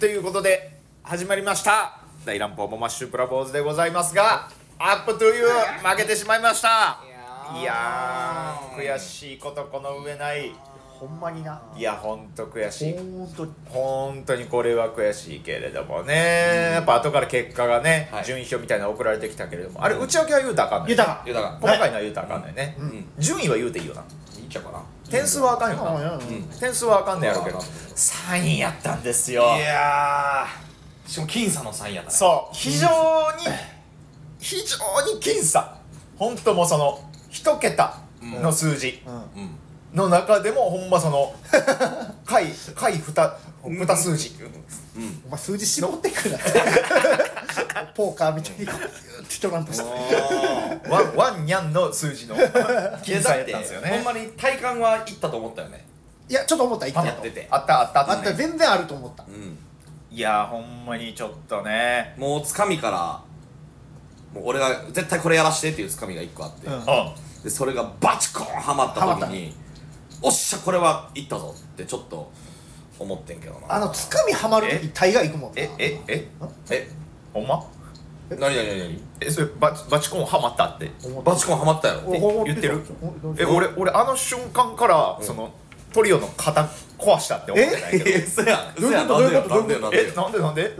ということで始まりました大乱暴もマッシュブラボーズでございますがアップトゥーユー負けてしまいましたいやー悔しいことこの上ないほんまにないやほんと悔しいほんとに本当にこれは悔しいけれどもね、やっぱ後から結果がね、はい順位表みたいなの送られてきたけれどもあれ内訳は言うたらあかんねん豊かゆだが細かいのは言うたらあかんねんね、ん順位は言うていいよないいちゃうかな点数はあかんようんな、うんうん点数はあかんねんやろうけどうん3位やったんですよいやーしかも僅差の3位やったねそう非常に非常に僅差本当もうその一桁の数字うんう、うん、の中でもほんまその下位下位二二数字お前数字絞ってくなポーカーみたいにギューってトランプしたワンワンニャンの数字の僅差やったんですよいやだってねほんまに体感はいったと思ったよねいやちょっと思った一ま点にあやっっててあったあったあったた、全然あると思ったうんいやほんまにちょっとねもうつかみからもう俺が絶対これやらしてっていうつかみが1個あって、うんうでそれがバチコーンはまった時におっしゃこれはいったぞってちょっと思ってんけどなあのつかみはまる時大概いくもんなええええほんま何何何えそれバチバチコンハマったって思何ったバチコンはまったや ろお思言ってるたえ俺俺あの瞬間から、うんそのトリオの肩壊したって思ってないけどえそやどうそいうやこなとんでよどなでよなんういうんことでえよなんでなんで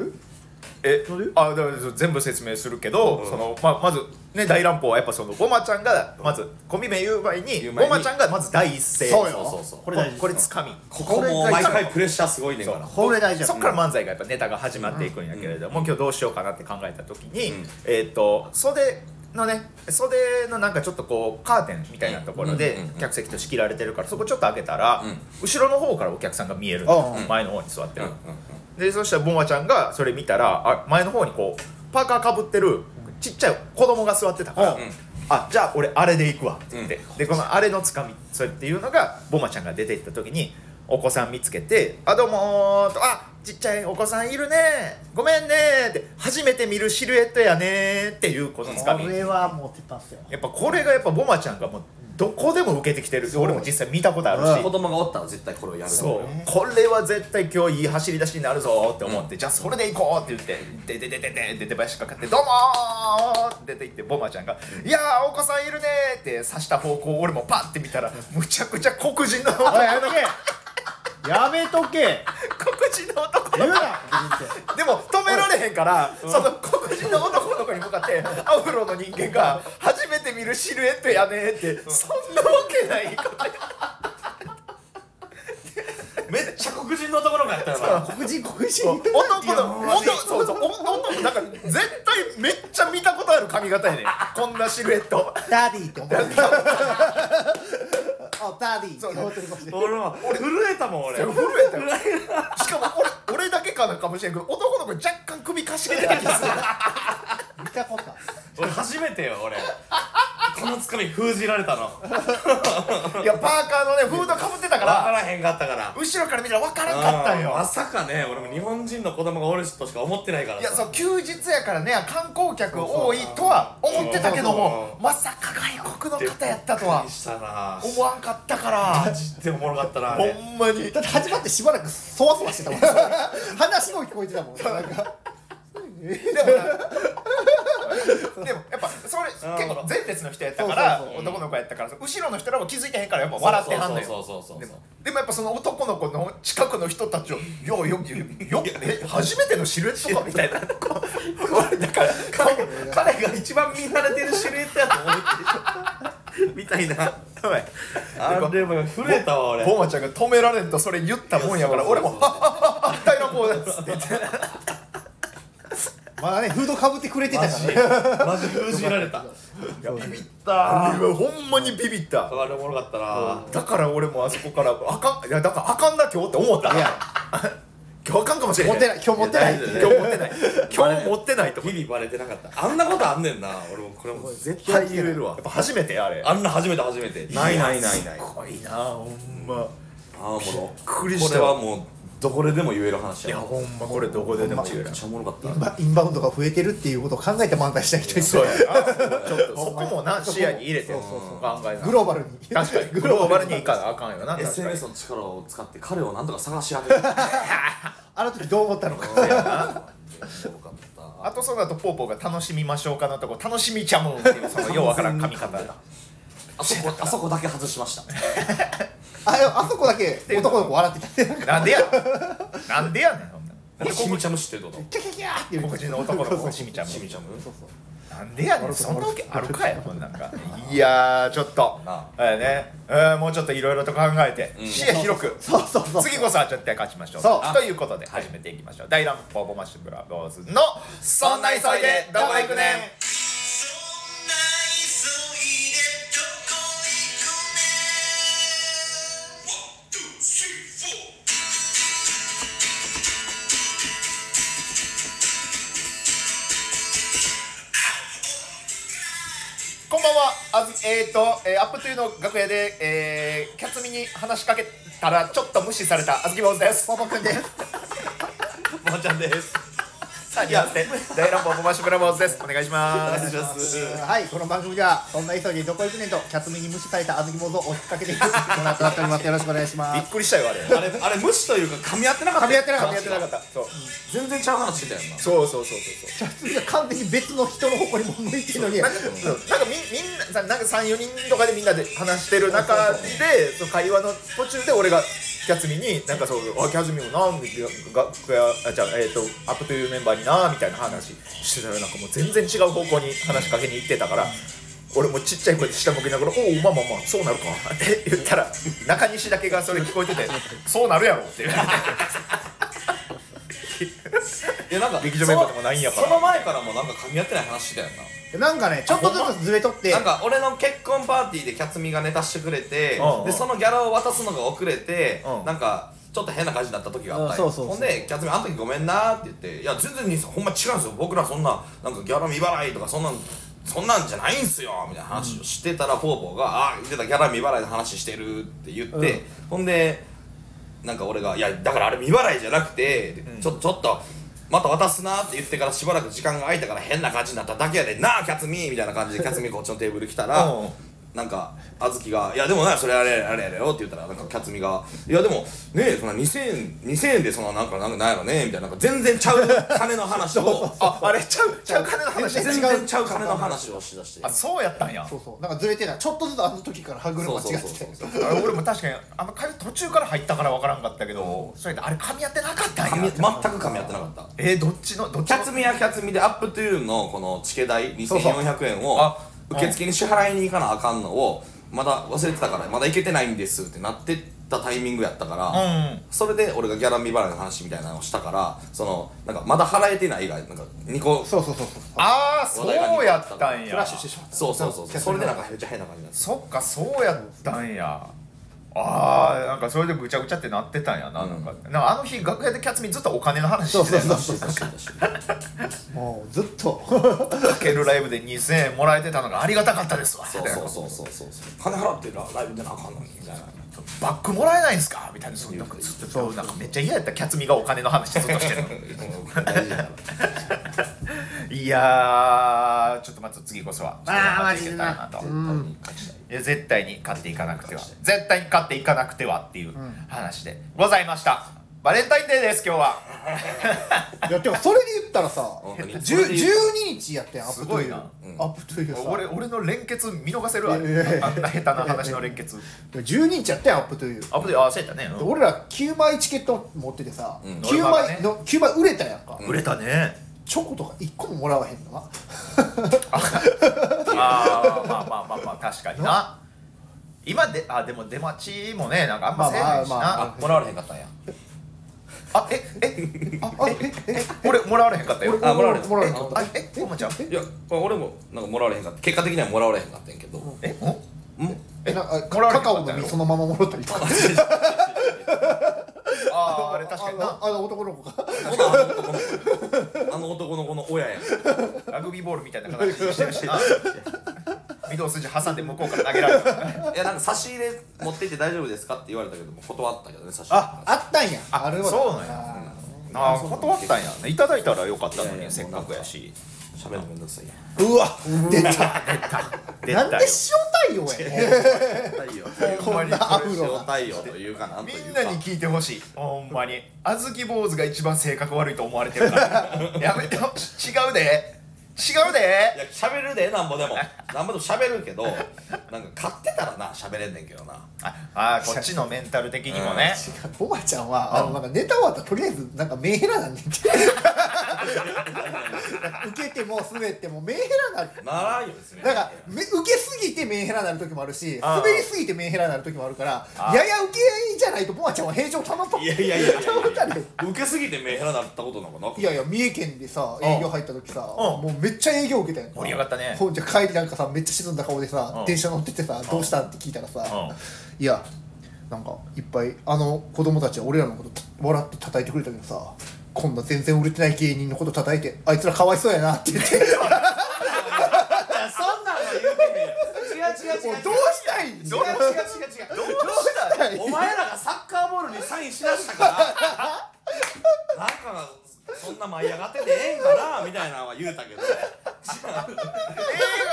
えなんであだから全部説明するけど、うんそのままずね大乱暴はやっぱそのゴマちゃんがまずコンビ名言う前に言う前ゴにマちゃんがまず第一声そそううよそうそうここれれ大事これつかみここもう毎回プレッシャーすごいねんかそらうこれ大事そっから漫才がやっぱネタが始まっていくんやけれども、今日どうしようかなって考えた時に、うんえっ、と袖のね袖のなんかちょっとこうカーテンみたいなところでうんうんうん客席と仕切られてるからそこちょっと開けたら、うん後ろの方からお客さんが見えるああ前の方に座ってうんるうん、でそしたらボマちゃんがそれ見たらあ前の方にこうパーカーかぶってるちっちゃい子供が座ってたから、うんあじゃあ俺あれで行くわって言って、でこのあれのつかみそれっていうのがボマちゃんが出て行った時にお子さん見つけて「あどうもー」と「あちっちゃいお子さんいるねごめんね」って「初めて見るシルエットやねー」っていうこのつかみこれはもう鉄板っすよやっぱこれがやっぱボマちゃんがもうどこでも受けてきてるう俺も実際見たことあるし、子供がおったら絶対これをやるそうこれは絶対今日いい走り出しになるぞって思って、じゃあそれで行こうって言ってでででででで出林かかって「どうもー!」って出て行ってボマちゃんが「いやーお子さんいるねー!」って指した方向を俺もパッて見たらむちゃくちゃ黒人のおい黒やめとけやめとけ人の男言うのな黒人っでても止められへんから、その黒人の男の子に向かってアフロの人間が「初めて見るシルエットやねー」ってそんなわけないことやめっちゃ黒人の男の子やったよな黒人黒人男の男そうそう男のなんか絶対めっちゃ見たことある髪型やねんこんなシルエットダディって思ってるあダディって思ってるかもしれない俺も震えたもん俺震えたよしかも俺俺だけかなかもしれんけど男の子若干首かしげてた気がする見たことある俺初めてよ俺このつかみ封じられたの分いやパーカーのねフードかぶってたかかららへんかったから後ろから見たら分からんかったんうんまよさかね俺も日本人の子供がおる人しか思ってないからいさやそう休日やからね観光客多いとは思ってたけどもまさか外国の方やったとびっくはりしたな思わんかったからマジでおもろかったなあほれんまにだって始まってしばらくそわそわしてたもん話も聞こえてたもんなんかでもなでもやっぱそれ結構前列の人やったからそうそうそう男の子やったから後ろの人らも気づいてへんからやっぱ笑ってはんのそようそうそうそうでそうもでもやっぱその男の子の近くの人たちを「ようよよよえ初めてのシルエットか」みたいなこう俺だから彼彼が一番見慣れてるシルエットやと思ってるみたいなおいあれも震えたわ俺ボマちゃんが止められんとそれ言ったもんやからいや俺そうそもう「そはっうはっはっは大乱暴です」って言ってまだねフードかぶってくれてたマからジねマジ封じられたいやビビったあれはほんまにビビったあれおもろかっただなから俺もあそこからあかんいやだからあかんな今日って思ったいや今日あかんかも しれな持っいてない今日持ってないっていや大丈夫今日持ってない今日持ってないとかギリバレてなかったあんなことあんねんな俺もこれもう絶や対言えるわっぱ初めてあれあんな初めて初めてないないないないすごいなほんまああもうびっくりしたこれはもうどこででも言えるい話ややほんまこれどこででも言えるめっちゃおもろかったまインバウンドが増えてるっていうことを考えて漫才したい人にそうやなちょっとそこもな視野に入れて考そうそうそうえな グローバルに確かにグローバルにいかなあかんよな確かに SNS の力を使って彼をなんとか探し当てるああの時どう思ったのかやな面白かったあとその後ポーポーが楽しみましょうかのとこ楽しみちゃむっていうそのようわからん髪型あそこあそこだけ外しましたあでもあそこだけ男の子笑ってたねなんかなんでやなんでやねんそんなえしみちゃむ知ってるのキャキャキャーっていう黒人の男の子がしみちゃむしみちゃむそうそうなんでやねんそんなわけあるかよこんなんかいやーちょっとなえね、えーもうちょっといろいろと考えて、うん視野広くそうそうそう次こそは絶対勝ちましょうそうということで始めていきましょう、大乱暴ボマッシュブラボーズの「そんな急いでどこ行くねそんな急いでどこ行くん」ね One, two, three, four こんばんは、あずえー、と、えー、アップトゥーの楽屋で、えー、キャツミに話しかけたらちょっと無視されたあずき坊主です。ぽぽくんです。まーちゃんです さあ、やって、大乱暴ボマッシュブラボーズです。お願いします。願いしますはい、この番組ではそんな急ぎどこ行くねんとキャツミに無視された小豆坊主を追っかけ ていくコーナーとなっておりますよろしくお願いしびまっすくりしたよ、あれ。あれあれ無視というか噛み合ってなかった噛み合ってなかったやってなかった。そう。全然ちゃう話してたよなそうそうそうそうキャツミが完全に別の人の方向にも向いてるのになんかそうなんかみみんなさなんか34人とかでみんなで話してる中でその会話の途中で俺がキャツミになんかそう「あキャツミもな」みたいな楽屋あじゃあえっ、とアップというメンバーになみたいな話してたらなんかもう全然違う方向に話しかけに行ってたから。俺もちっちゃい声で下向きながら「おおまあまあまあそうなるか」って言ったら中西だけがそれ聞こえてて「そうなるやろ」って言われていやなんか劇場メンバーでもないんやからそのその前からもなんか噛み合ってない話してたよななんかねちょっとずつずれとってなんか俺の結婚パーティーでキャツミがネタしてくれて、うんうんでそのギャラを渡すのが遅れて、うんなんかちょっと変な感じになった時があったんうよんそうほそうそうんで「キャツミあの時ごめんな」って言って「いや全然兄さんほんま違うんですよ僕らそんななんかギャラ未払いとかそんなんそんなんじゃないんすよ」みたいな話をしてたら、ポーポーが「あ言ってたギャラ未払いの話してる」って言って、うんほんでなんか俺が「いやだからあれ未払いじゃなくて、ちょっとちょっとまた渡すな」って言ってからしばらく時間が空いたから変な感じになっただけやで「なあキャツミ」みたいな感じでキャツミこっちのテーブル来たらうんなんかあずきが「いやでもなそれあれあれあれよ」って言ったらなんかキャツミが「いやでもねえそんな2000円2000円でそんななんかなんかなんやろね」みたいななんか全然ちゃう金の話をあああれちゃうちゃう金の話全然全然ちゃう金の話をしだしてあそうやったんやそうそうなんかずれてたちょっとずつあの時から歯車そ違うっそうてそうそうあ俺も確かにあの会途中から入ったから分からんかったけど、それであれ噛み合ってなかったん噛みや全く噛み合ってなかったえー、どっちのどっちキのャツミやキャツミでアップトゥーンのこのチケ代2400円をあ受付に支払いに行かなあかんのをまだ忘れてたからまだ行けてないんですってなってたタイミングやったから、うんそれで俺がギャラ未払いの話みたいなのをしたからそのなんかまだ払えてないがなんか2個そうそうそうそうああそうやったんフラやッシュしてしまったそうそうそうそうキャツそミれのでなんかめっちゃ変な感じになってそっかそうやったんやあーなんかそれでぐちゃぐちゃってなってたんやな,、なんかなんかあの日楽屋でキャツミずっとお金の話してたよなもうずっとかけるライブで2000円もらえてたのがありがたかったですわそうそうそうそうそうそう金払ってラライブでなあかんのにみたいなバックもらえないんすかみたいなそうなんかずっとなんかめっちゃ嫌やったキャツミがお金の話ずっとしてるの大事だからいやーちょっとまず次こそはあーマジでちょっなと頑張っていけたらなとうんいや絶対に買っていかなくては絶対に買っていかなくてはっていう話でございましたバレンタインデーです今日はいやでもそれで言ったらさ本当に10 12日やってんアップすトゥーごいなアップトゥー俺さ俺の連結見逃せるあいやいやいやあんな下手な話の連結12日やってんアップトゥーあぶであそうやったね、で俺ら9枚チケット持っててさ、ん9俺まだね枚の9枚売れたやんか、うん売れたねチョコとか1個ももらわへんのなあーまあまあまあまあ確かにな今であでも出待ちもねなんかあんませえへんしな、まあまあまあもらわれへんかったんやあええああええ俺もらわれへんかったよあもらわれへんもらわれへんかったあえおもちゃんいや俺もなんかもらわれへんかった結果的にはもらわれへんかったんやけどえんうん えなんかもらわれカへんかカったやオろの実そのままもらったりとかあああれ確かにあなのあの男の子が あの男の子の親やんラグビーボールみたいな形して るしな御堂筋挟んで向こうから投げられるいやなんか差し入れ持って行って大丈夫ですかって言われたけども断ったけどね差し入れああったんやあれはそうなんやあああ断ったんやいただいたらよかったのいやいにやせっかくやし喋るのめんどくさいやんーうわ出た出たなんよで塩太陽やね太陽というこんなこれアフロが塩太陽というかなとみいうんかなに聞いてほしいほんまにあずき坊主が一番性格悪いと思われてるからやめてほしい違うで違ういでや喋るでなんぼでもなんぼでも喋るけどなんか買ってたらな喋れんねんけどなああーこっちのメンタル的にもね、 ボバちゃんはあのなんかネタ終わったらとりあえずなんかメンヘラなんで 受けても滑ってもメンヘラなならんよ別になんかめ受けすぎてメンヘラになる時もあるしあー滑りすぎてメンヘラになる時もあるからあーやや受けじゃないとボバちゃんは平常たまったいやいやい やいやいたまったやね受けすぎてメンヘラだったことなんかなくいやいや三重県でさうん営業入った時さうんもうめっちゃ営業受けたやんか盛り上がったねほんじゃ帰りなんかさめっちゃ沈んだ顔でうさん電車乗っててさどうしたんって聞いたらさういやなんかいっぱいあの子供たちは俺らのこと笑って叩いてくれたけどさこんな全然売れてない芸人のこと叩いてあいつらかわいそうやなって 言ってそんなの言うてね違う違うもう どうしたいんどう違う違う違うどうしたらお前らがサッカーボールにサインしだしたからなんかそんな舞い上がってでええんかなみたいなのは言うたけど映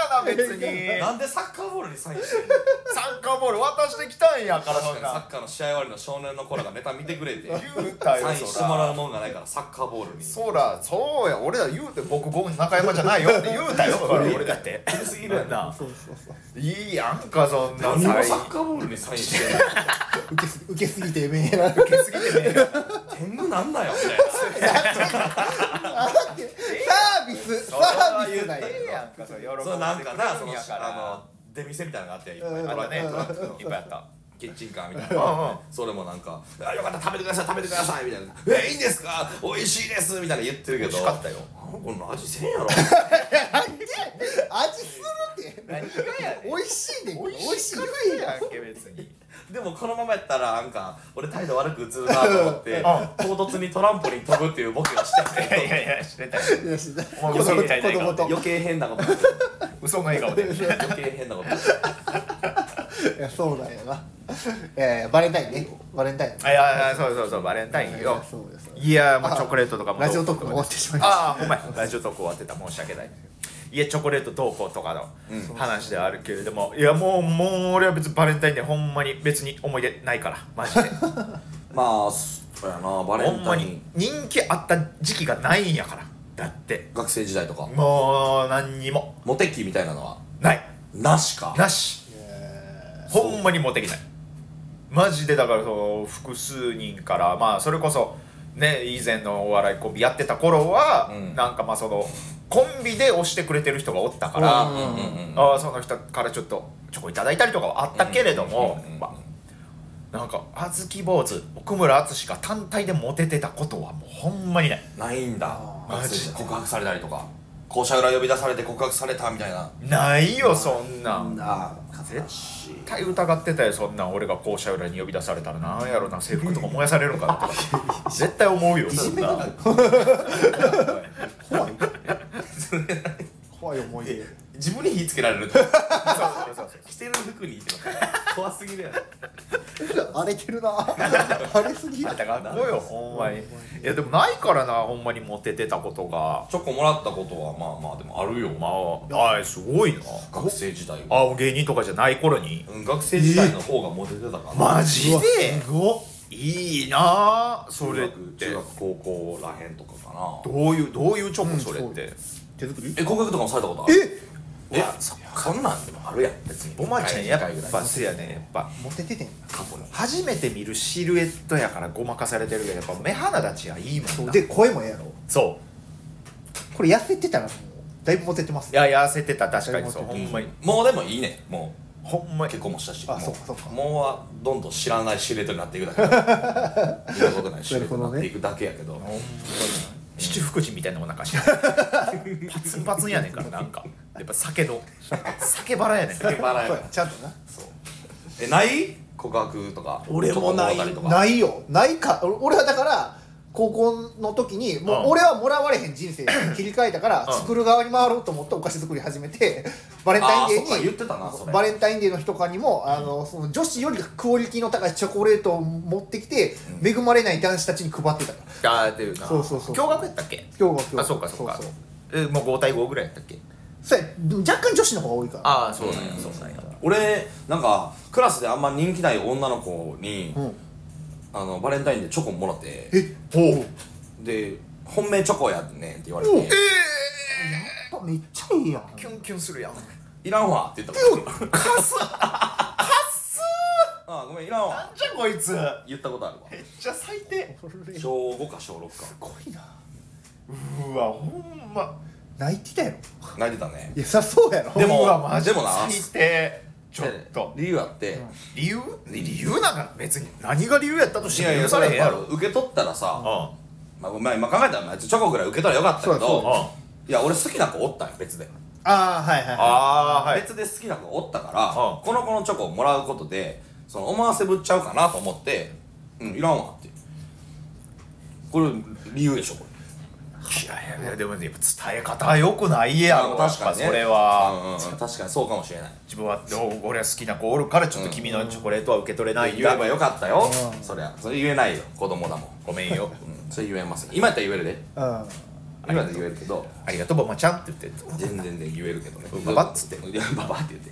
画だ別になんでサッカーボールにサインしてんのサッカーボール渡してきたんやからそ確かにんサなッカーの試合終わりの少年の頃がネタ見てくれて言うたよサインしてもらそらうもんがないからサッカーボールにそらそうや俺ら言うて僕僕中山じゃないよって言うたよそら俺だって言い過ぎるやん ないそうそうそういやんかそんな何をサッカーボールにサインしてんの受けすぎ受けすぎてメンヘラ受けすぎてね天狗なんだよみたいなサービスサービスないええやんかそれ喜んでくれそうなんかなそるんのやからあの出店みたいなのがあっていっぱいうあんトっラたねックいっぱいあったキッチンカーみたいなのがあってそれもなんか「あよかった食べてください食べてください」みたいな「えいいんですか美味しいです」みたいな言ってるけど美味しかったよあの子の味せんやろ 味するって何がや美味しいねんけど美味しいいやんけ別にでもこのままやったらなんか俺態度悪く映るなと思って唐突にトランポリン飛ぶっていうボケをしていやいやいやしてたよいやしないもう子嘘供みたいな笑顔子供でと余計変なこと嘘の笑 顔で余計変なこといやそうなんやな、えー、バレンタインねバレンタインあいやいやそうそうそうバレンタインいよやそうですいやもうチョコレートとかもラジオトークも終わってしまいましたああお前ラジオトーク終わってた申し訳ないいやチョコレートどうこうとかの話ではあるけれども、いやもうもう俺は別にバレンタインでほんまに別に思い出ないからマジでまあそうやなバレほんンまタイにン人気あった時期がないんやからだって学生時代とかもう何にもモテ期みたいなのはないなしかなしえほんまにモテきないマジでだからその複数人からまあそれこそね以前のお笑いコンビやってた頃は、うんなんかまあそのコンビで押してくれてる人がおったから、うんうんううんんああその人からちょっとチョコいただいたりとかはあったけれども、うんうんうんうんまあなんか小豆坊主奥村淳が単体でモテてたことはもうほんまにないないんだマジで告白されたりとか校舎裏呼び出されて告白されたみたいなないよそんなんあ絶対疑ってたよそんなん俺が校舎裏に呼び出されたらなんやろな制服とか燃やされるんかなとか 絶対思うよ そんな怖い怖い思い出自分に火つけられるそうそうそう 着てる服に怖すぎるや荒れてる な荒れすぎるあたがこうよほんまにいやでもないからなほんまにモテてたことがチョコもらったことはまあまあでもあるよまああいすごいな学生時代はあ芸人とかじゃない頃にうん学生時代の方がモテてたからマジうわですごっいいなあそれっ中学て中学高校らへんとかかなどういうどういうチョコそれって手作りえ告白とかもされたことあるええそんなんでもあるやん別におまちゃんやっぱ過せやねやっぱモテててん去に初めて見るシルエットやからごまかされてるけどやっぱ目鼻立ちはいいもんそうなで声もええやろそこれ痩せてたらもうだいぶモテてまうすいや痩せてた確かにそうモほテてんまにもうでもいいねもほんまうに結婚もしたしあもそうかそうかもうはどんどん知らないシルエットになっていくだけだ から見たことないシルエットになっていくだけやけど七福神みたいなもんなんか してパツンパツンやねんからなんかやっぱ酒 の酒バラやねん世間払いそうはやちゃんとなそうえない告白とかチョコもらったりとかないよないか俺俺はだから高校の時にもううん俺はもらわれへん人生 切り替えたから、うん作る側に回ろうと思ってお菓子作り始めてバレンタインデあーそっーかに言ってたなそれバレンタインデーの日とかにもあのその女子よりクオリティの高いチョコレートを持ってきて、恵まれない男子たちに配ってたからあーっていうなそうそうそう共学やったっけ今日は今日はあそうかそうかそうえもう5対5ぐらいやったっけそうや若干女子の方が多いからああそうなんやそうなんや俺なんかクラスであんま人気ない女の子に、うんあのバレンタインでチョコもらってえおうで「本命チョコやねん」って言われてやっぱめっちゃいいやんキュンキュンするやん「いらんわ」って言ったの ああごめんいらんわなんじゃこいつ言ったことあるわめっちゃ最低す小5か小6かごいなうわほんま泣いてたやろ泣いてたねいやさそうやろでもうわマジでもな最低ちょっとで理由あって、理由理由なんか別に何が理由やったとしいてやいも許やさそれへんれややっぱろ受け取ったらさ、あまあ、まあ今考えたらまあチョコぐらい受けたらよかったけそうあどいや俺好きな子おったんよ別で、ああはいはいはああはい別で好きな子おったからあこの子のチョコをもらうことでその思わせぶっちゃうかなと思って「うんいらんわ」ってこれ理由でしょこれいやいやいやでもねやっぱ伝え方は良くないやろ確かにねやっぱそれは、うんうんうん 確かにそうかもしれない自分はでも俺は好きな子おるからちょっと君のチョコレートは受け取れないん言だ、えばよかったようんそりゃそれ言えないよ子供だもん、ごめんようん、それ言えます今やったら言えるでいうん今やったら言えるけどありがとうママちゃんって言って全然全然言えるけどねうんばばっつっていやばばって言って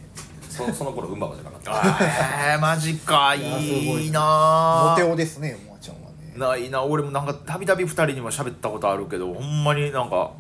そその頃うんばばじゃなかったああマジかやすごいいいなモあテ男ですねおまちゃんはねないな俺もなんかたびたび2人にも喋ったことあるけどほんまになんか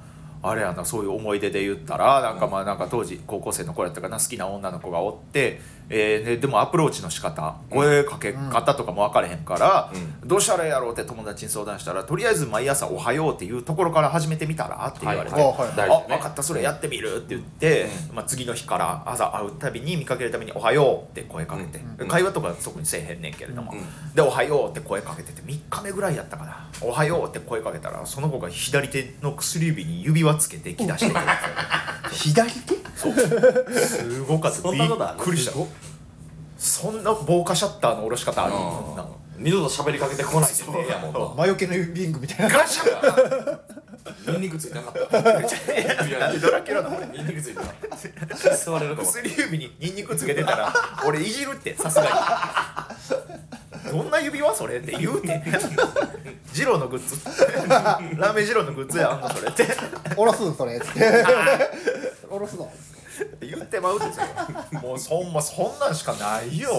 あれやなそういう思い出で言ったらなんかまあなんか当時高校生の頃やったかな好きな女の子がおって、えーででもアプローチの仕方声かけ方とかも分かれへんから、どうしたらええやろうって友達に相談したらとりあえず毎朝「おはよう」っていうところから始めてみたらって言われて。はいはいああ大事だ分かねったそれやってみるって言って、まあ、次の日から朝会うたびに見かけるたびに「おはよう」って声かけて、うん会話とか特にせえへんねんけれども、うんで「おはよう」って声かけてて3日目ぐらいやったかな「おはよう」って声かけたらその子が左手の薬指に指輪つけてきだしてくれ て左手すごかったそんびなっことあるくりしたそんな防火シャッターの下ろし方あるうこんんなん二度と喋りかけてこないでねえやもんな魔除けのリングみたいなガシャッニンニクついてなかったいやドラキュラのニンニクついてなかった座れるかも薬指にニンニクつけてたら俺いじるってさすがにどんな指輪それって言うてジローのグッズラーメンジローのグッズやあんのそれっておろすぞそれつっておろすぞ言ってまうでしょもうそんまそんなんしかないよ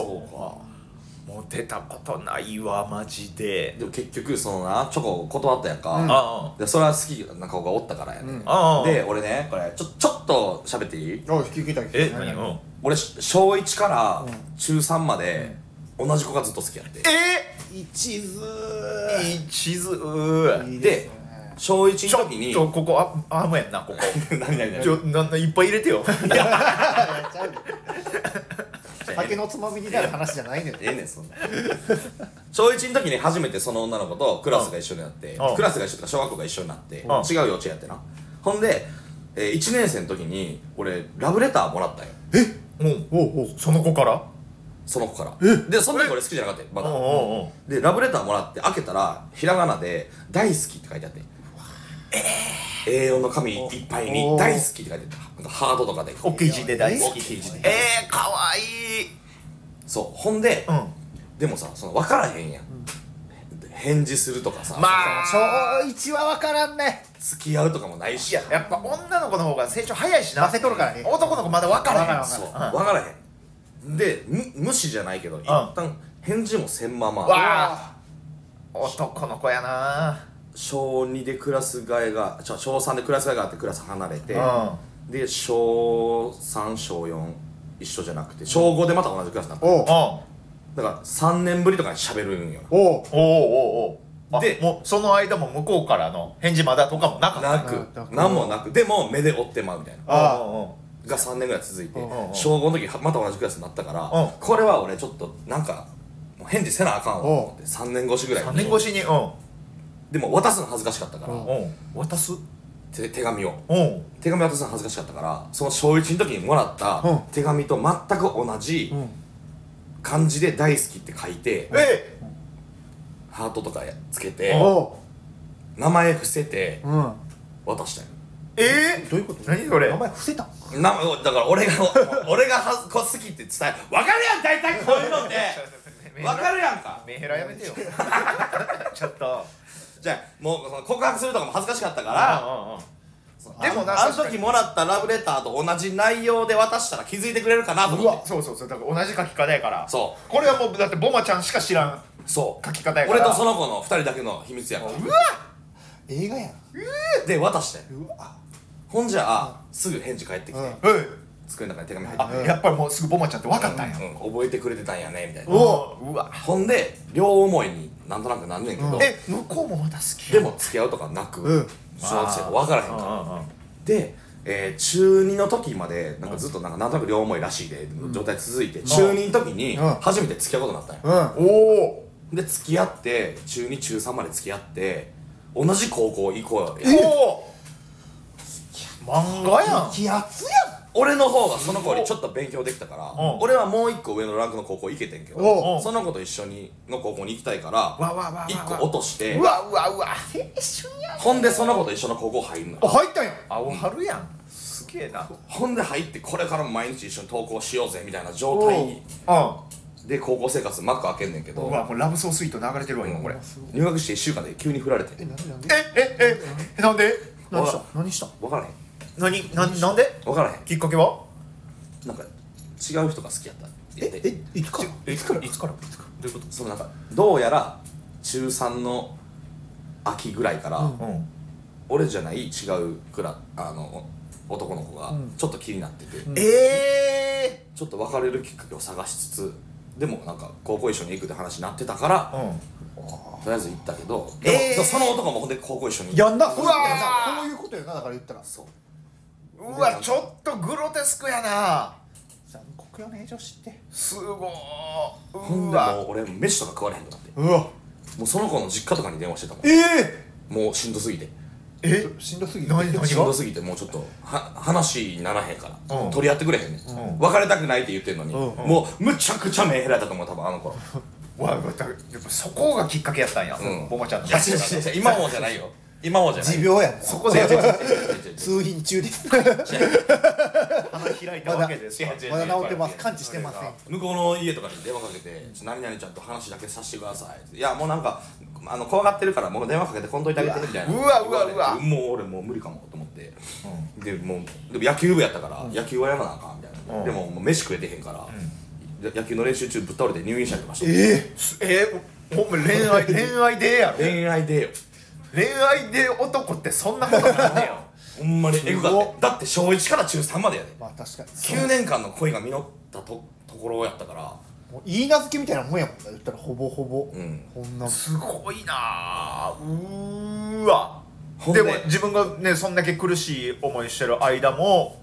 モテたことないわマジで でも結局そのなチョコ断ったやんうんか、あでそれは好きな顔がおったからやね、うんあああで俺ねこれちょちょっと喋っていいあ引き受けたいえ何うん俺小1からうん中3まで同じ子がずっと好きやって、え一途ー、地図ういいですね小1ちのょ時にちょここあアームやんなここ 何何ち何ょなんだいっぱい入れてよやっちゃうよ酒のつまみになる話じゃないのよええねんそんな小1の時に初めてその女の子とクラスが一緒になってうんクラスが一緒とか小学校が一緒になって違う幼ん稚園やってなほんで、えー、1年生の時に俺ラブレターもらったんようんおうおうその子からその子からでその時俺好きじゃなかったよまうんうだんうんでラブレターもらって開けたらひらがなで「大好き」って書いてあってえー A4 の紙いっぱいにお「大好き」って書いてたなんかハートとかで大きい字で大好大きい字きでええー、かわいいそうほんで、うんでもさその分からへんやん、返事するとかさ、まあ小一は分からんね付き合うとかもないしいややっぱ女の子の方が成長早いしなまあせころからね男の子まだ分からへんわからんわそかうらんそう、ん分からへんでむ無視じゃないけど一旦返事もせんままわあ男の子やな小2でクラス替えがちょ小3でクラス替えがあってクラス離れてうで小3小4一緒じゃなくて小5でまた同じクラスになったおうおだから3年ぶりとかに喋るんよおうおおうおうおうででもうその間も向こうからの返事まだとかもなかったななだかくら何もなくでも目で追ってまうみたいなあうんうんが3年ぐらい続いてうんうんうん小5の時はまた同じクラスになったからうんこれは俺ちょっとなんかもう返事せなあかんわと思って3年越しぐらい3に年越しにうでも渡すの恥ずかしかったから、うんんうん渡すて手紙をうん手紙渡すの恥ずかしかったからその小1の時にもらったうん手紙と全く同じうん漢字で「大好き」って書いて、えハートとかつけて、おう名前伏せてうん渡したよええどういうこと何それ名前伏せたんなだから俺が 俺がはこ好きって伝え分かるやん大体こういうのって分かるやんかメンヘラやめてよ ちょっとじゃあもうその告白するとかも恥ずかしかったかあらあそうでもなあの確か時にもらったラブレターと同じ内容で渡したら気づいてくれるかなと思ってそうそうそうだから同じ書き方やからそうこれはもうだってボマちゃんしか知らんそう書き方やから俺とその子の2人だけの秘密やからうわ映画やんで渡してうわほんじゃあすぐ返事返ってきて、うんうん机の中に手紙入ってあやっぱりもうすぐボマちゃんって分かったんやうん覚えてくれてたんやねみたいなおうわほんで両思いになんとなくなんねんけど、うんえ向こうもまた好きでも付き合うとかなく、うん小学生が分からへんから、らで、えー中2の時までなんかずっとなんかなんとなく両思いらしいで状態続いて、中2の時にうん初めて付き合うことになったんうよ、んおおで付き合って中2中3まで付き合って同じ高校行こうーよおお漫画やん気圧やん俺の方がその子よりちょっと勉強できたから、ん俺はもう一個上のランクの高校行けてんけおうどその子と一緒にの高校に行きたいからわわわ一個落としてうわうわうわほんでその子と一緒の高校入るのあ入ったんや青春やんすげえなほんで入ってこれからも毎日一緒に登校しようぜみたいな状態うで高校生活幕開けんねんけどんうわもうラブソースイート流れてるわ今これ入学して1週間で急に振られてえなんでなんでええええなんで何した何した分からへん何何なんで分からへんきっかけはなんか違う人が好きやったええいつからいつからいつからいつからどういうことそのなんかどうやら中3の秋ぐらいから、うんうん俺じゃない違うくらあのお男の子がうんちょっと気になってて、ええちょっと別れるきっかけを探しつつでもなんか高校一緒に行くって話になってたから、うんとりあえず行ったけど、でもえーその男もほんで高校一緒にやんなうわーこういうことやなだから言ったらそううわちょっとグロテスクやな残酷よね女子ってすごほーうんでもわう俺飯とか食われへんとなってうわもうその子の実家とかに電話してたもえんえもうしんどすぎてえしんどすぎ何何しんどすぎてもうちょっとは話にならへんから、うん取り合ってくれへんね、うんん、別れたくないって言ってんのに、うんもうむちゃくちゃ目減られたと思う多分あの頃わだやっぱそこがきっかけやったんやうんボマちゃんのいや違う違う違う今もじゃないよ今もじゃない持病やんそこでやっぱ通院中です 花開いたわけですよまだ違う違うまだ治ってます完治してませ向んこうの家とかに電話かけて「ちょ何々ちゃんと話だけさせてください」いやもうなんかあの怖がってるからもう電話かけてこんといてあげて」みたいなうわうわうわ言われてもう俺もう無理かもと思って、でもうでも野球部やったから、野球はやらなあかんみたいな、うんでももう飯食えてへんから、で野球の練習中ぶっ倒れて入院したりとかして、ええー、ほんま恋愛恋愛でやろ恋愛でよ恋愛で男ってそんなことなんねよほんまにエグかすっごてだって小1から中3までやでまあ確かに9年間の恋が実ったとところやったからもう言い名付けみたいなもんやもんな言ったらほぼほぼうんこんなもんすごいなあうーわほんででも自分がねそんだけ苦しい思いしてる間も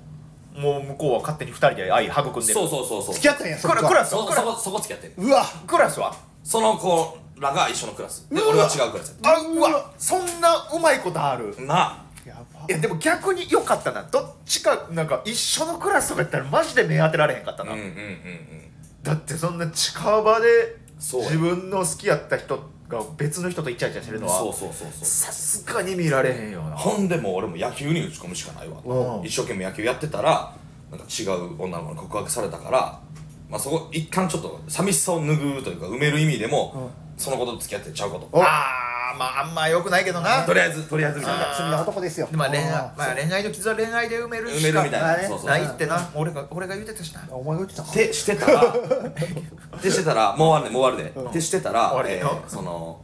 もう向こうは勝手に2人で愛育んでるそうそうそうそう付き合ったんやそここれはクラスそはこクそラこそこ付き合ってんうわスクラスはその子らが一緒のクラスでうわ俺は違うクラスやっあうわそんなうまいことあるたなやばいやでも逆に良かったなどっちかなんか一緒のクラスとかやったらマジで目当てられへんかったあな、うんうんうんうんだってそんな近場でそうや自分の好きやった人が別の人とイチャイチャしてるのそうはそうそうそうさすがに見られへんよなほんでもう俺も野球に打ち込むしかないわうん一生懸命野球やってたらなんか違う女の子に告白されたからまあそこ一旦ちょっと寂しさを拭うというか埋める意味でもその子と付き合ってちゃうことあーまああんま良くないけどなとりあえずとりあえずみたいな罪な男ですよまあ恋愛あまあ、恋愛の傷は恋愛で埋めるし埋めかるみたいななねそうそういってな俺が俺が言うてたしなーお前が言ってたでしてた らでしてたらもう終わるねもう終わるで、うんでしてたら、終わりえだよーその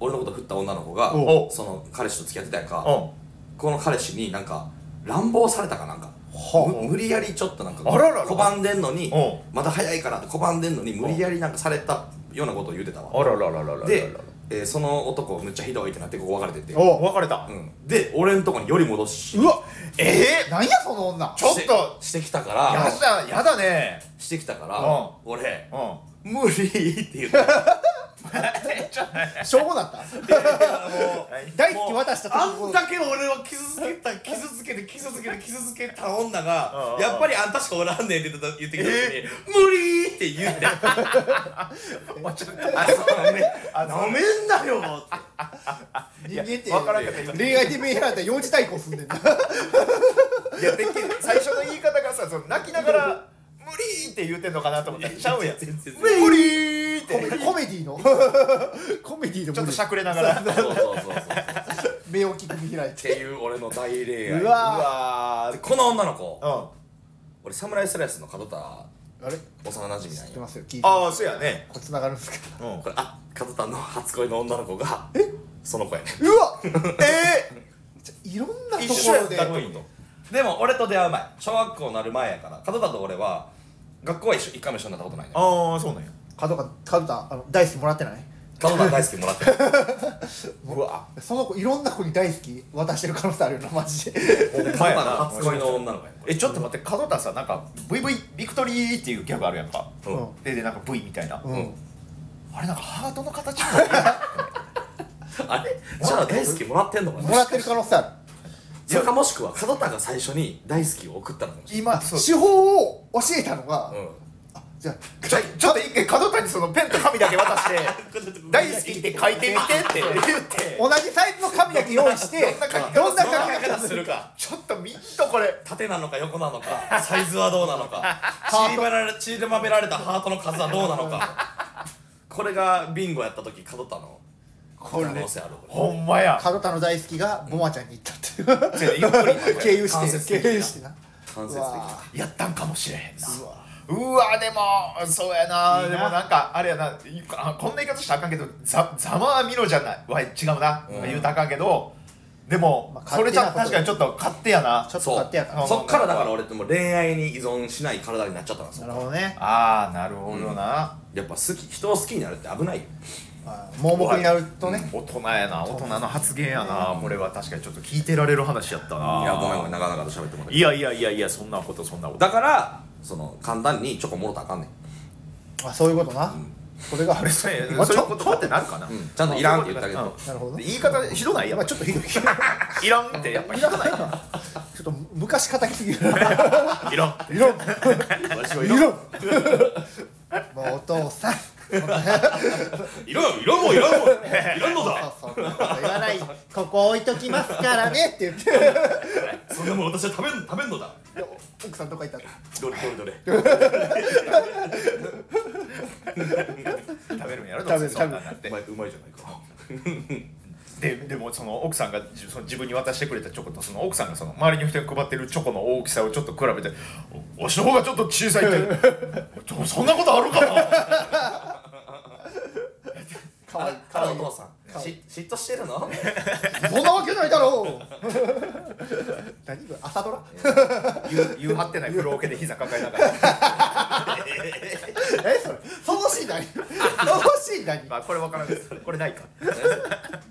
俺のこと振った女の子がおうその彼氏と付き合ってたやんかうこの彼氏になんか乱暴されたかなんかはむ無理やりちょっとなんかあららら拒んでんのにおうまた早いからって拒んでんのに無理やりなんかされたようなことを言うてたわんあららららららで、えーその男むっちゃひどいってなってここ別れてて、お別れた、うん、で俺んとこにより戻しうわええなんやその女ちょっとしてしてきたからやだやだねしてきたから、うん俺うん無理って言って しょうもなったもう大好き渡したあ時んだけ俺を傷つけ た傷つけて傷つけて傷つけた女がうんやっぱりあんたしかおらんねんって言ってた言ってきた時にえ「無理!」って言って 「あそうなめなめんなよ」って人間ってわからんかった恋愛で目減られたら幼児対抗すんでんないやてっきり最初の言い方がさその泣きながら「無理!」って言うてんのかなと思ったらちゃうやん全然無理!」っコメて コメディのコメディのちょっとしゃクくれながらそうそうそうそう目をきく見開いってていう俺の大恋愛うわーーでこの女の子うんあ俺サムライスライスの門田あれ幼馴染知なっんてよますよ聞いてあまーすそうやねこれ繋がるんですかうんこれあ門田の初恋の女の子がその子やねうわえーいろんなと一こ緒やろっでたってこでも俺と出会う前小学校になる前やから門田と俺は学校は一緒一回も一緒になったことないねとああそうなんや角田角田あの大好きもらってない門田大好きもらってるうわその子いろんな子に大好き渡してる可能性あるよなマジでお門前田やのな初恋の女の子やねえちょっと待って門田さなんか VV ビクトリーっていうギャグあるやんかうんうんででなんか V みたいな、うん、うんあれなんかハートの形になってるあれじゃあ大好きもらってんのかもらなってる可能性あそれかもしくは門田が最初に大好きを送ったのかもしる今そう手法を教えたのが、れない、うんあじゃあちょちょっと一回門田にそのペンと紙だけ渡して大好きって書いてみてって言って同じサイズの紙だけ用意してどんな紙だどんなけ形するかちょっとみんとこれ縦なのか横なのかサイズはどうなのかートちりばられちりばめられたハートの数はどうなのかこれがビンゴやった時角田の可れ能性あるこほんまや角田の大好きがボマちゃんに行ったっていゆっくりう経由間接して的な経由してな間接うわ的やったんかもしれへんなうわうわでもそうやないいでなもなんかあれやなあこんな言い方したらあかんけどざざまあみろじゃないわ違うな、うん言うたらあかんけどでも、まあそれじゃ勝確手かになちこょっと勝手やなちょっとそ勝手やからうそっからだから俺ってもう恋愛に依存しない体になっちゃったんですなよるほどねああなるほどな、やっぱ好き人を好きになるって危ないよあ盲目になるとね大人やな大人の発言やなこれは確かにちょっと聞いてられる話やったないいやごめんごめんなかなかと喋ってもらっていやいやいやいやそんなことそんなことだからその簡単にチョコもろたらあかんねんあそういうことなそれがあ るそれまあそちれょのことかってなるかな、うんちゃんといらんって言ってあげるとうんなるほどで言い方ひどないやっまぱあちょっとひどいちょ いらんってやっぱひどないっと昔叩きすぎるないらんって いろわんしいはいらんろんもうお父さんいらんいらんもんいらんもんいらんのだそうそうそんなこと言わないここ置いときますからねって言ってそんなもん私は食べん食べんのだで奥さんどこ行ったのどれどれどれ食べるんやろ食べるどうせそんなんなってうまいうまいじゃないかででもその奥さんがじその自分に渡してくれたチョコとその奥さんがその周りの人に配ってるチョコの大きさをちょっと比べて「おわしの方がちょっと小さい」って「ちょそんなことあるかな?かわいいあからわおいい父さんし嫉妬してるのそんなわけないだろう 何これ朝ドラ言う」言う張ってない風呂桶で膝抱えながら えそれそのシーン何 そのシーン何まあこれ分からんですこれないか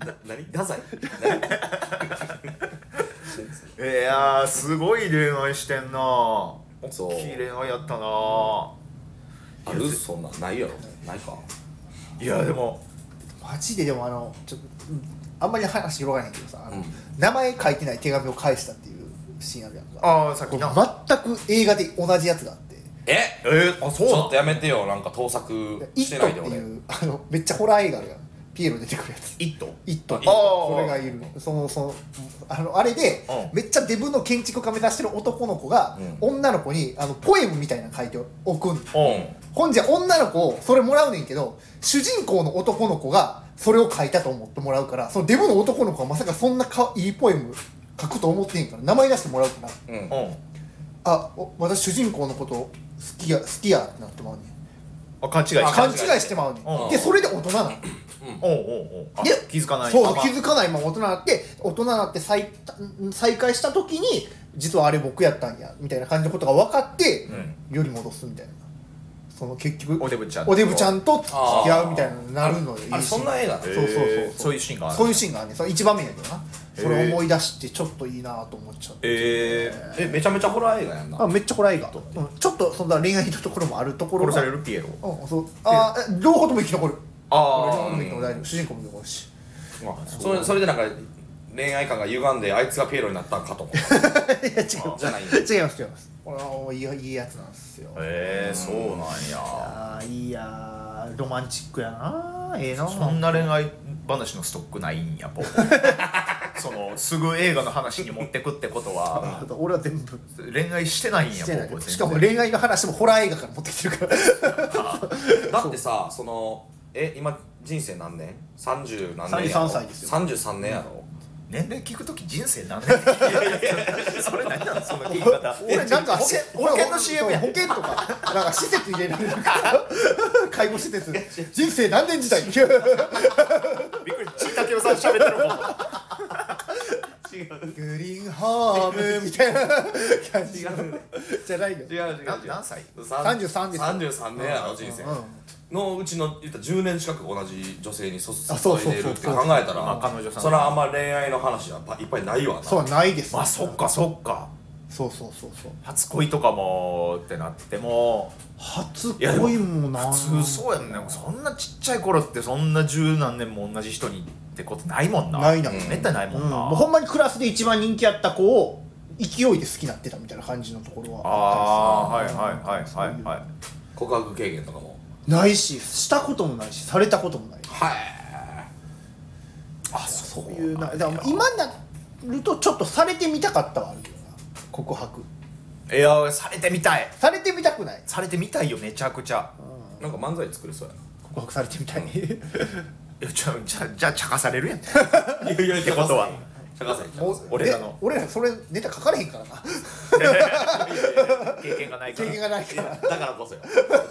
な 何ダサい何 いやーすごい恋愛してんな大そうきい恋愛やったなあるそんなんないやろないかいやでもマジででもあのちょっとうんあんまり話広がらないけどさあの、うん名前書いてない手紙を返したっていうシーンあるやんかああさっこきれな、全く映画で同じやつがあってええー、あちそうなょっのとやめてよなんか盗作「イしてッなト」いで俺っていうあのめっちゃホラー映画あるやんピエロ出てくるやつ「イット! 「イット」あーこれがいるそのそのあのあれで、うんめっちゃデブの建築家目指してる男の子が、う女の子にあのポエムみたいなの書いておくん」うんほんじゃ女の子それもらうねんけど主人公の男の子がそれを書いたと思ってもらうからそのデブの男の子はまさかそんなかいいポエム書くと思ってへんから名前出してもらうからうんうんあお私主人公のこと好きや好きやってなってまうねんあ勘違いしあた勘違いしてまうねうんんでそれで大人なのおうおうおうあで気づかないそうあ気づかないまま大人になって大人になって再再会した時に実はあれ僕やったんやみたいな感じのことが分かって、うより戻すみたいなその結局おデブちゃんおデブちゃんと付き合うみたいなのになるのよあれいいシーそンんな映画なのそうそうそうえーそういうシーンがあるそういうシーンがねその一番目やけどなそれへー思い出してちょっといいなと思っちゃって、えー、えめちゃめちゃホラー映画やんなあめっちゃホラー映画、うん、ちょっとそんな恋愛のところもあるところ殺がさ れるピエロうんそうあーえ両方とも生き残る両方あとも生き残る大丈夫主人公も生き残るしまあそれそれでなんか恋愛感が歪んであいつがピエロになったんかと思った いや違うじゃない違います違いますこれはいいいいやつなんですよへえー、そうなんやあーいいやーロマンチックやなええなそんな恋愛話のストックないんや ポそのすぐ映画の話に持ってくってことなるはほど俺は全部恋愛してないんやしてないポしかも恋愛の話もホラー映画から持ってきてるからだってさそのえ今人生何年 ?30 何年やろ33歳ですよ33年やろ、年齢聞くとき人生何年って聞いてるそれ何なのその聞き方俺なんか保険俺保険の CM や保険とかなんか施設入れられるから 介護施設人生何年時代グ びっくりちいたけおさん喋ってるもん違うリーンホームみたいな感じ違うじゃないよ違う違う違うな何歳三十33です33年やろ人生うんのうちの言ったら10年近く同じ女性に注あそいうそうそうでるって考えたらまあ彼女さんそれはあんま恋愛の話はいっぱいないわなそうないですまあそっかそっかそうそうそうそう初恋とかもってなっても初いやでも恋もな普通そうやんねそんなちっちゃい頃ってそんな十何年も同じ人にってことないもんなないなうんめったにないもうんんな、もうほんまにクラスで一番人気あった子を勢いで好きになってたみたいな感じのところはあああはいったりするはいはいはいはい告白経験とかもないししたこともないしされたこともないはいあそうそういうなだから今になるとちょっとされてみたかったはあるけどな告白いやされてみたいされてみたくないされてみたいよめちゃくちゃなんか漫才作れそうや告白されてみた いいやじゃあじゃあじゃあ茶化されるやんないやいやってことは茶化せ茶お化せ俺らので俺らそれネタ書かれへんからな経験がないか経ら験がない からだからこそよ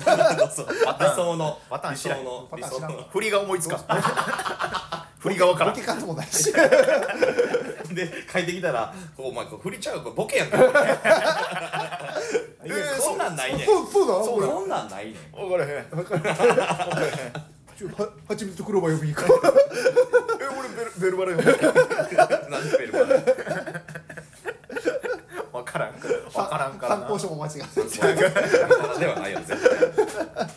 だからこ そ理想のパターン理知らん想のパ理ターン想知らんの振りが思い つかん振りがわからボんケ数もないしで帰ってきたらこうお前こう振りちゃうこれボケやんけいやそんなんないねん そうそうだなそこうれそんなんないねん分からへんちょは蜂蜜クローバー呼びに行こうえ俺ベルベルバ ラ読ん何でベルバラ分からんから分からんから参な考書も間違ってではないよ絶対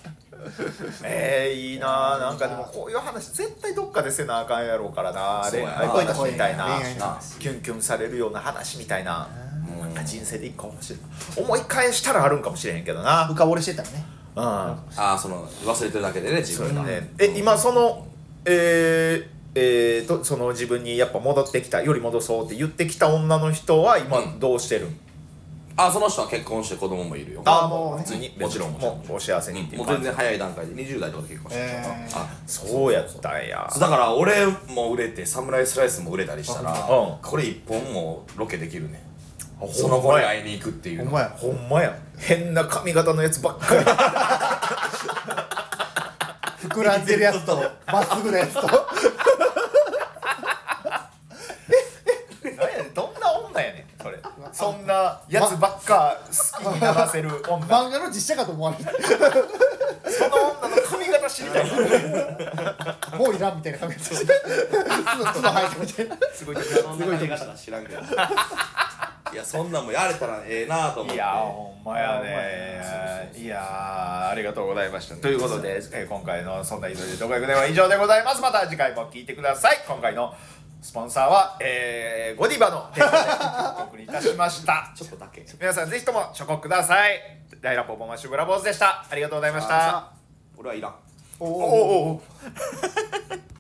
えー、いいなあなんかでもこういう話絶対どっかでせなあかんやろうからなそう恋やな愛話みたいな恋愛話キュンキュンされるような話みたいななんか人生で一個面白い思い返したらあるんかもしれへんけどな深惚れしてたらねうん ああその忘れてるだけでね自そう分がだねえ今そのえーえー、とその自分にやっぱ戻ってきたより戻そうって言ってきた女の人は今うんどうしてるん、あその人は結婚して子供もいるよあもう普通にもちろんもちろんもうお幸せにっていもうう感全じ然早い段階で20代とかで結婚してたえーあそうやったんやそうだから俺も売れてサムライスライスも売れたりしたら、うんこれ一本もロケできるねほんまやその子に会いに行くっていうおの前ほんまや変な髪型のやつばっかり膨らんでる やつとまっすぐなやつと何やねんどんな女やねんそれそんなやつばっか好きにならせる女漫画の実写かと思われてその女の髪型知り たいもういらんみたいな髪型して 角角生えてみたいなすごいそんな考え方が知らんけどいやそんなんもやれたらええなと思っていやほんまやねいやーありがとうございましたということで、えー今回の「そんな急いで独学」では以上でございますまた次回も聞いてください今回のスポンサーは、えーゴディバの提供でお送りいたしましたちょっとだけ皆さんぜひともチョコください大乱歩ボマッシュブラボーズでしたありがとうございました俺はいらんおおお